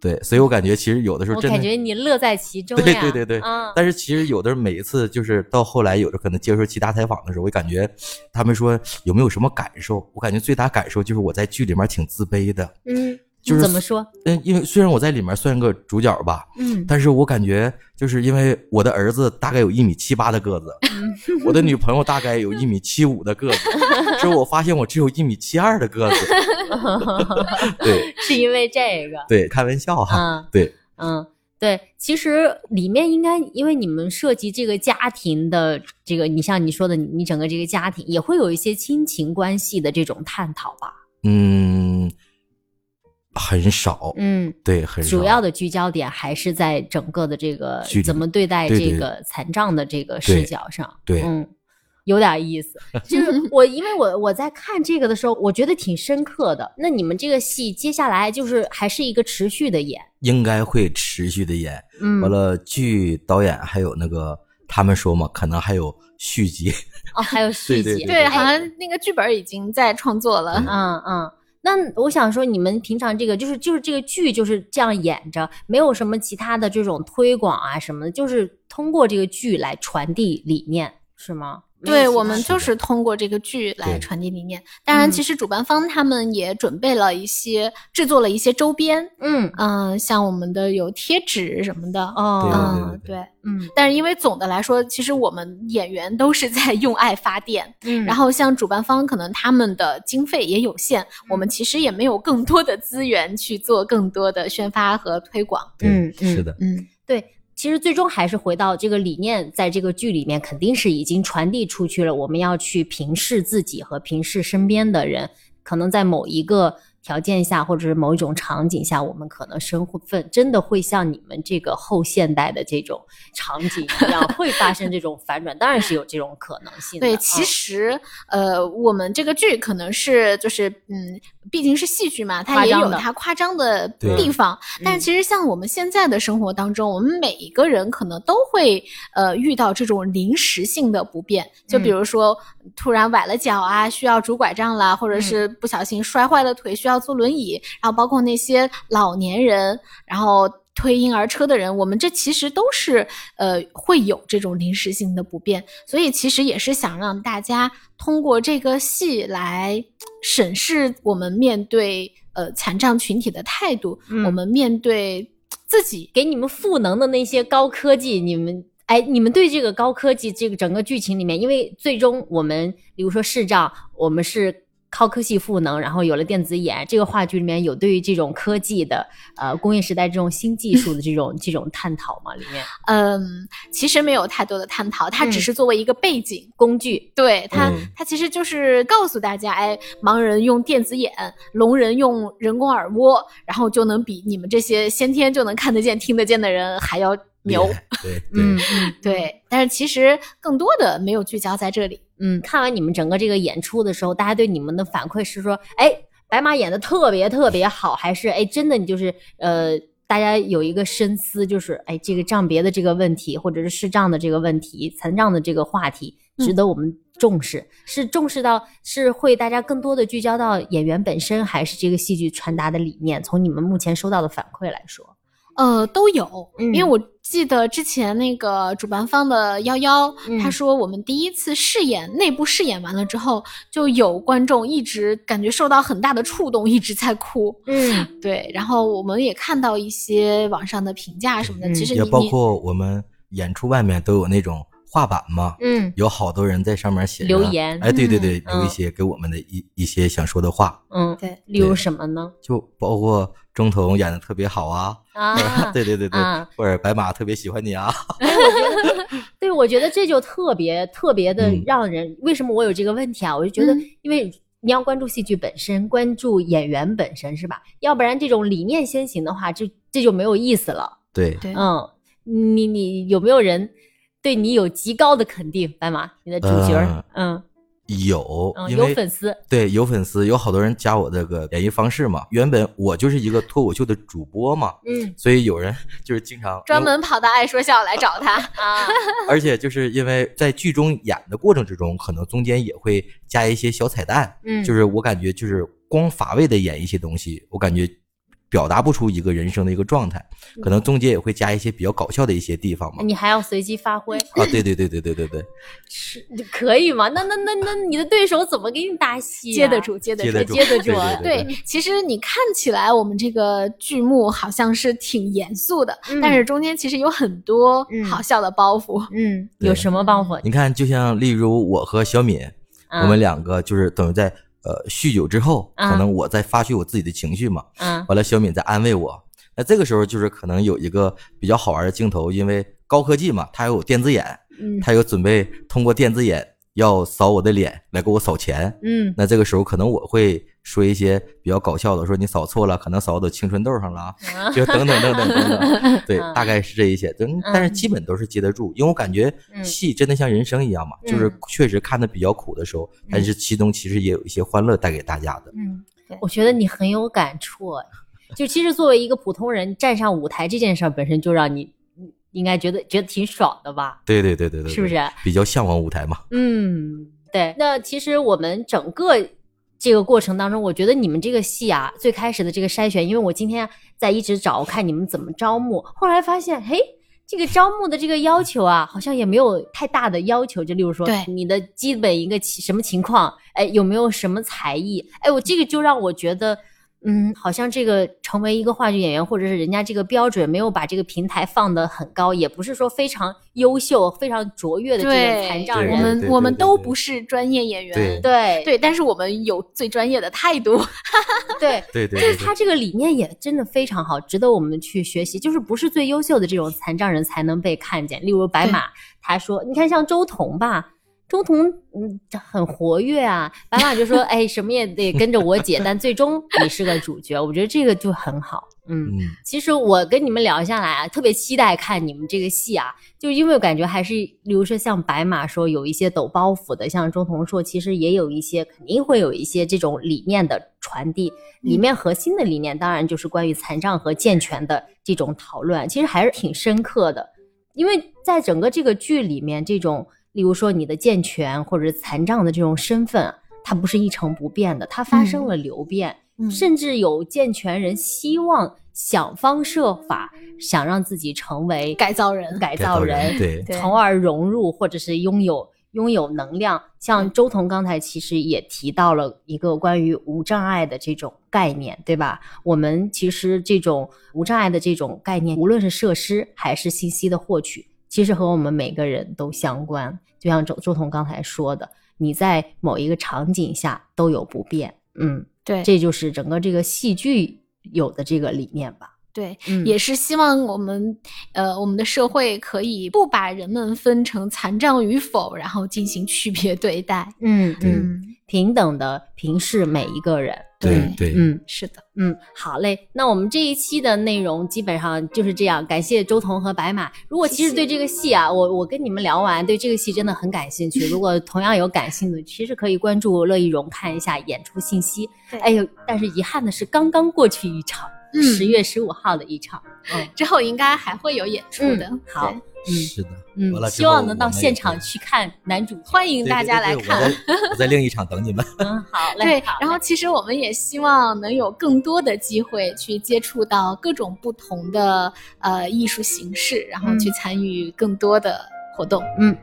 B: 对，所以我感觉其实有的时候
D: 我
B: 真
D: 感
B: 的
D: 觉你乐在其中呀。
B: 对对对对
D: 嗯
B: 但是其实有的每一次就是到后来，有的可能接受其他采访的时候，我感觉他们说有没有什么感受？我感觉最大感受就是我在剧里面挺自卑的，
A: 嗯
B: 就是
D: 怎么说？
B: 嗯，因为虽然我在里面算个主角吧，
D: 嗯
B: 但是我感觉就是因为我的儿子大概有一米七八的
D: *laughs*
B: 个子，我的女朋友大概有一米七五的个子，之后我发现我只有一米七二的个子， *laughs* 对
D: 是因为这个。
B: 对，开玩笑哈，
D: 嗯，
B: 对，
D: 嗯，对，其实里面应该因为你们涉及这个家庭的这个，你像你说的，你你整个这个家庭也会有一些亲情关系的这种探讨吧。
B: 嗯，很少，
D: 嗯，
B: 对，很少，
D: 主要的聚焦点还是在整个的这个
B: 距离
D: 怎么对待
B: 对
D: 这
B: 对
D: 个残障的这个视角上。
B: 对
D: 嗯。有点意
A: *laughs*
D: 思，就是我，因为我我在看这个的时候，我觉得挺深刻的。那你们这个戏接下来就是还是一个持续的演，
B: 应该会持续的演。
D: 嗯，
B: 完了，据导演还有那个他们说嘛，可能还有续集。
D: 哦，还有续集，
B: 对对
A: 对，
B: 哎
A: 好像那个剧本已经在创作了。
B: 嗯
D: 嗯嗯，那我想说，你们平常这个就是就是这个剧就是这样演着，没有什么其他的这种推广啊什么的，就是通过这个剧来传递理念，是吗？没
A: 对
D: 有其他
A: 我们
D: 的
A: 就是通过这个剧来
B: 对嗯
A: 传递理念。当然，其实主办方他们也准备了一些，制作了一些周边，
D: 嗯
A: 嗯、像我们的有贴纸什么的。
D: 哦
A: 嗯，
B: 对
A: 对。
D: 嗯
A: 但是因为总的来说，其实我们演员都是在用爱发电。*laughs*
D: 嗯，
A: 然
D: 后
A: 后像主办方可能他们的经费也有限，我
B: 嗯
A: 们其实也没有更多的资源去做更多的宣发和推广。
B: 对
D: 嗯嗯
B: 是的，
A: 嗯，
D: 对。其实最终还是回到这个理念，在这个剧里面肯定是已经传递出去了。我们要去平视自己和平视身边的人，可能在某一个条件下，或者是某一种场景下，我们可能身份真的会像你们这个后现代的这种场景一
A: *laughs*
D: 样，会发生这种反转，当然是有这种可能性的。
A: 对，
D: 啊
A: 其实呃，我们这个剧可能是就是嗯，毕竟是戏剧嘛，它
D: 夸
A: 也
D: 张
A: 有
D: 的
A: 它夸张的
B: 对
A: 地方。
D: 嗯
A: 但其实像我们现在的生活当中，我们每一个人可能都会呃遇到这种临时性的不便，就比
D: 嗯
A: 如说突然崴了脚啊，需要拄拐杖啦，或者
D: 嗯
A: 是不小心摔坏了腿需要坐轮椅，然后包括那些老年人，然后。推婴儿车的人，我们这其实都是呃会有这种临时性的不便，所以其实也是想让大家通过这个戏来审视我们面对呃残障群体的态度，
D: 嗯
A: 我们面对自己。
D: 给你们赋能的那些高科技，你们哎，你们对这个高科技这个整个剧情里面，因为最终我们比如说视障，我们是靠科技赋能，然后有了电子眼，这个话剧里面有对于这种科技的呃工业时代这种新技术的这种这种探讨嘛，里面
A: 嗯，其实没有太多的探讨，它
D: 嗯
A: 只是作为一个背景，
D: 工具，
A: 对它
B: 嗯，
A: 它其实就是告诉大家，哎，盲人用电子眼，聋人用人工耳蜗，然后就能比你们这些先天就能看得见、听得见的人还要牛
B: 厉。害，对对、
D: 嗯嗯
A: 对，但是其实更多的没有聚焦在这里。
D: 嗯，看完你们整个这个演出的时候，大家对你们的反馈是说，哎，白马演的特别特别好，还是哎，真的你就是呃，大家有一个深思，就是哎，这个障别的这个问题，或者是视障的这个问题、残障的这个话题，
A: 嗯
D: 值得我们重视。是重视到是会大家更多的聚焦到演员本身，还是这个戏剧传达的理念？从你们目前收到的反馈来说，
A: 呃，都有，
D: 嗯
A: 因为我记得之前那个主办方的幺幺，
D: 嗯
A: 他说我们第一次试演内部试演完了之后，就有观众一直感觉受到很大的触动，一直在哭。
D: 嗯
A: *laughs* 对，然后我们也看到一些网上的评价什么的，
D: 嗯
A: 其实你
B: 也包
A: 你
B: 括我们演出外面都有那种画板嘛，
D: 嗯
B: 有好多人在上面写着
D: 留言
B: 哎，对对对，
D: 嗯
B: 留一些给我们的一一些想说的话，
D: 嗯，
A: 对
D: 例如什么呢？
B: 就包括钟彤演的特别好啊，，
D: 啊
B: *laughs* 对对对对，
D: 啊
B: 或者白马特别喜欢你啊，
D: 对，我觉得这就特别特别的
B: 嗯
D: 让人、为什么我有这个问题啊？我就觉得
A: 嗯，
D: 因为你要关注戏剧本身，关注演员本身，是吧？要不然这种理念先行的话，这这就没有意思了。
B: 对，
A: 对，
D: 嗯，你你有没有人对你有极高的肯定？白马，你的主角儿，嗯
B: 有，
D: 嗯，
B: 因
D: 有
B: 为
D: 粉丝，
B: 对有粉丝，有好多人加我这个联系方式嘛。原本我就是一个脱口秀的主播嘛，
A: 嗯，
B: 所以有人 *laughs* 就是经常
A: 专，门跑到爱说笑来找他
D: *laughs*
A: 啊，
B: 因为而且就是因为在剧中演的过程之中，可能中间也会加一些小彩蛋，
A: 嗯，
B: 就是我感觉就是光乏味的演一些东西，我感觉表达不出一个人生的一个状态，
A: 嗯
B: 可能中间也会加一些比较搞笑的一些地方嘛。
D: 你还要随机发挥，
B: 啊，对对对对
A: *laughs*
B: 对对对，
D: 是可以吗？那那那那你的对手怎么给你搭戏、啊
A: 接得，住，接得
B: 接
A: 住啊
B: 得，住，接得住，对
A: 对，其实你看起来我们这个剧目好像是挺严肃的，
D: 嗯
A: 但是中间其实有很多
D: 嗯
A: 好笑的包袱。
D: 嗯，有什么办法？
B: 你看，就像例如我和小敏，
D: 嗯
B: 我们两个就是等于在呃酗酒之后，
D: 啊
B: 可能我在发泄我自己的情绪嘛，
D: 嗯
B: 完了小敏在安慰我。那这个时候就是可能有一个比较好玩的镜头，因为高科技嘛，他有电子眼，
A: 嗯，
B: 他有准备通过电子眼要扫我的脸来给我扫钱。
D: 嗯
B: 那这个时候可能我会说一些比较搞笑的，说你扫错了，可能扫到青春痘上了啊，就等等等等
D: *laughs*
B: 等等，对，
D: 嗯
B: 大概是这一些，等但是基本都是接得住，因为我感觉
D: 嗯
B: 戏真的像人生一样嘛，就是确实看的比较苦的时候，但是其中其实也有一些欢乐带给大家的，
D: 嗯
A: 对，
D: 我觉得你很有感触哎。就其实作为一个普通人，站上舞台这件事儿本身就让你你应该觉得觉得挺爽的吧？
B: 对对对对对对，
D: 是不啊是？
B: 比较向往舞台嘛？
D: 嗯，对。那其实我们整个这个过程当中，我觉得你们这个戏啊，最开始的这个筛选，因为我今天在一直找看你们怎么招募，后来发现，嘿。这个招募的这个要求啊，好像也没有太大的要求。就例如说，
A: 对
D: 你的基本一个起什么情况，哎，有没有什么才艺，哎，我这个就让我觉得，嗯，好像这个成为一个话剧演员，或者是人家这个标准没有把这个平台放得很高，也不是说非常优秀、非常卓越的这个残障
B: 对
A: 我
D: 人，
A: 们
B: 对
A: 我们
B: 对对
A: 都
B: 对
A: 不是专业演员，*laughs*
B: 对
D: 对
A: 对，但是我们有最专业的态度。
D: 对，
B: 对对
D: 就是
B: 对
D: 他这个理念也真的非常好，值得我们去学习。就是不是最优秀的这种残障人才能被看见，例如白马，他说，你看像周彤吧。周彤，嗯，很活跃啊。白马就说：“ *laughs* 哎，什么也得跟着我姐，但最终你是个主角。”我觉得这个就很好。嗯，
B: 嗯，
D: 其实我跟你们聊下来啊，特别期待看你们这个戏啊，就是因为我感觉还是，比如说像白马说有一些抖包袱的，像钟同硕其实也有一些，肯定会有一些这种理念的传递。里面核心的理念当然就是关于残障和健全的这种讨论，其实还是挺深刻的。因为在整个这个剧里面，这种例如说你的健全或者残障的这种身份啊，它不是一成不变的，它发生了流变。甚至有健全人希望想方设法想让自己成为
A: 改造人
D: 改
B: 改造
D: 造人，
B: 对
A: 对
D: 从而融入或者是拥有拥有能量。像周彤刚才其实也提到了一个关于无障碍的这种概念，对吧？我们其实这种无障碍的这种概念，无论是设施还是信息的获取，其实和我们每个人都相关。就像周周彤刚才说的，你在某一个场景下都有不便，嗯，
A: 对
D: 这就是整个这个戏剧有的这个理念吧。
A: 对，
D: 嗯，
A: 也是希望我们呃我们的社会可以不把人们分成残障与否，然后进行区别对待。
D: 嗯
B: 对
D: 嗯，平等的平视每一个人。
B: 对对，
D: 嗯
A: 是的，
D: 嗯，好嘞。那我们这一期的内容基本上就是这样，感谢周彤和白马。如果其实对这个戏啊，我我跟你们聊完，对这个戏真的很感
A: *laughs*
D: 兴趣。如果同样有感兴趣，其实可以关注乐意荣看一下演出信息。
A: 对
D: 哎呦，但是遗憾的是，刚刚过去一场，
A: 嗯
D: 十、月十五号的一场。嗯
A: 之后应该还会有演出的。
D: 嗯好
A: 对，
D: 嗯
B: 是的，完
D: 嗯，
B: 了之
D: 希
B: 后
D: 望能
B: 我
D: 到
B: 们也
D: 现
B: 会
D: 场去看男主角。
A: 欢迎大家来
B: 对对对
A: 看。
D: *laughs*
B: 我在我在另一场等你们，
D: 嗯，好嘞。
A: 对
D: 好，
A: 然后
D: 嘞
A: 其实我们也希望能有更多的机会去接触到各种不同的呃艺术形式，然后
D: 嗯
A: 去参与更多的活动。
D: 嗯，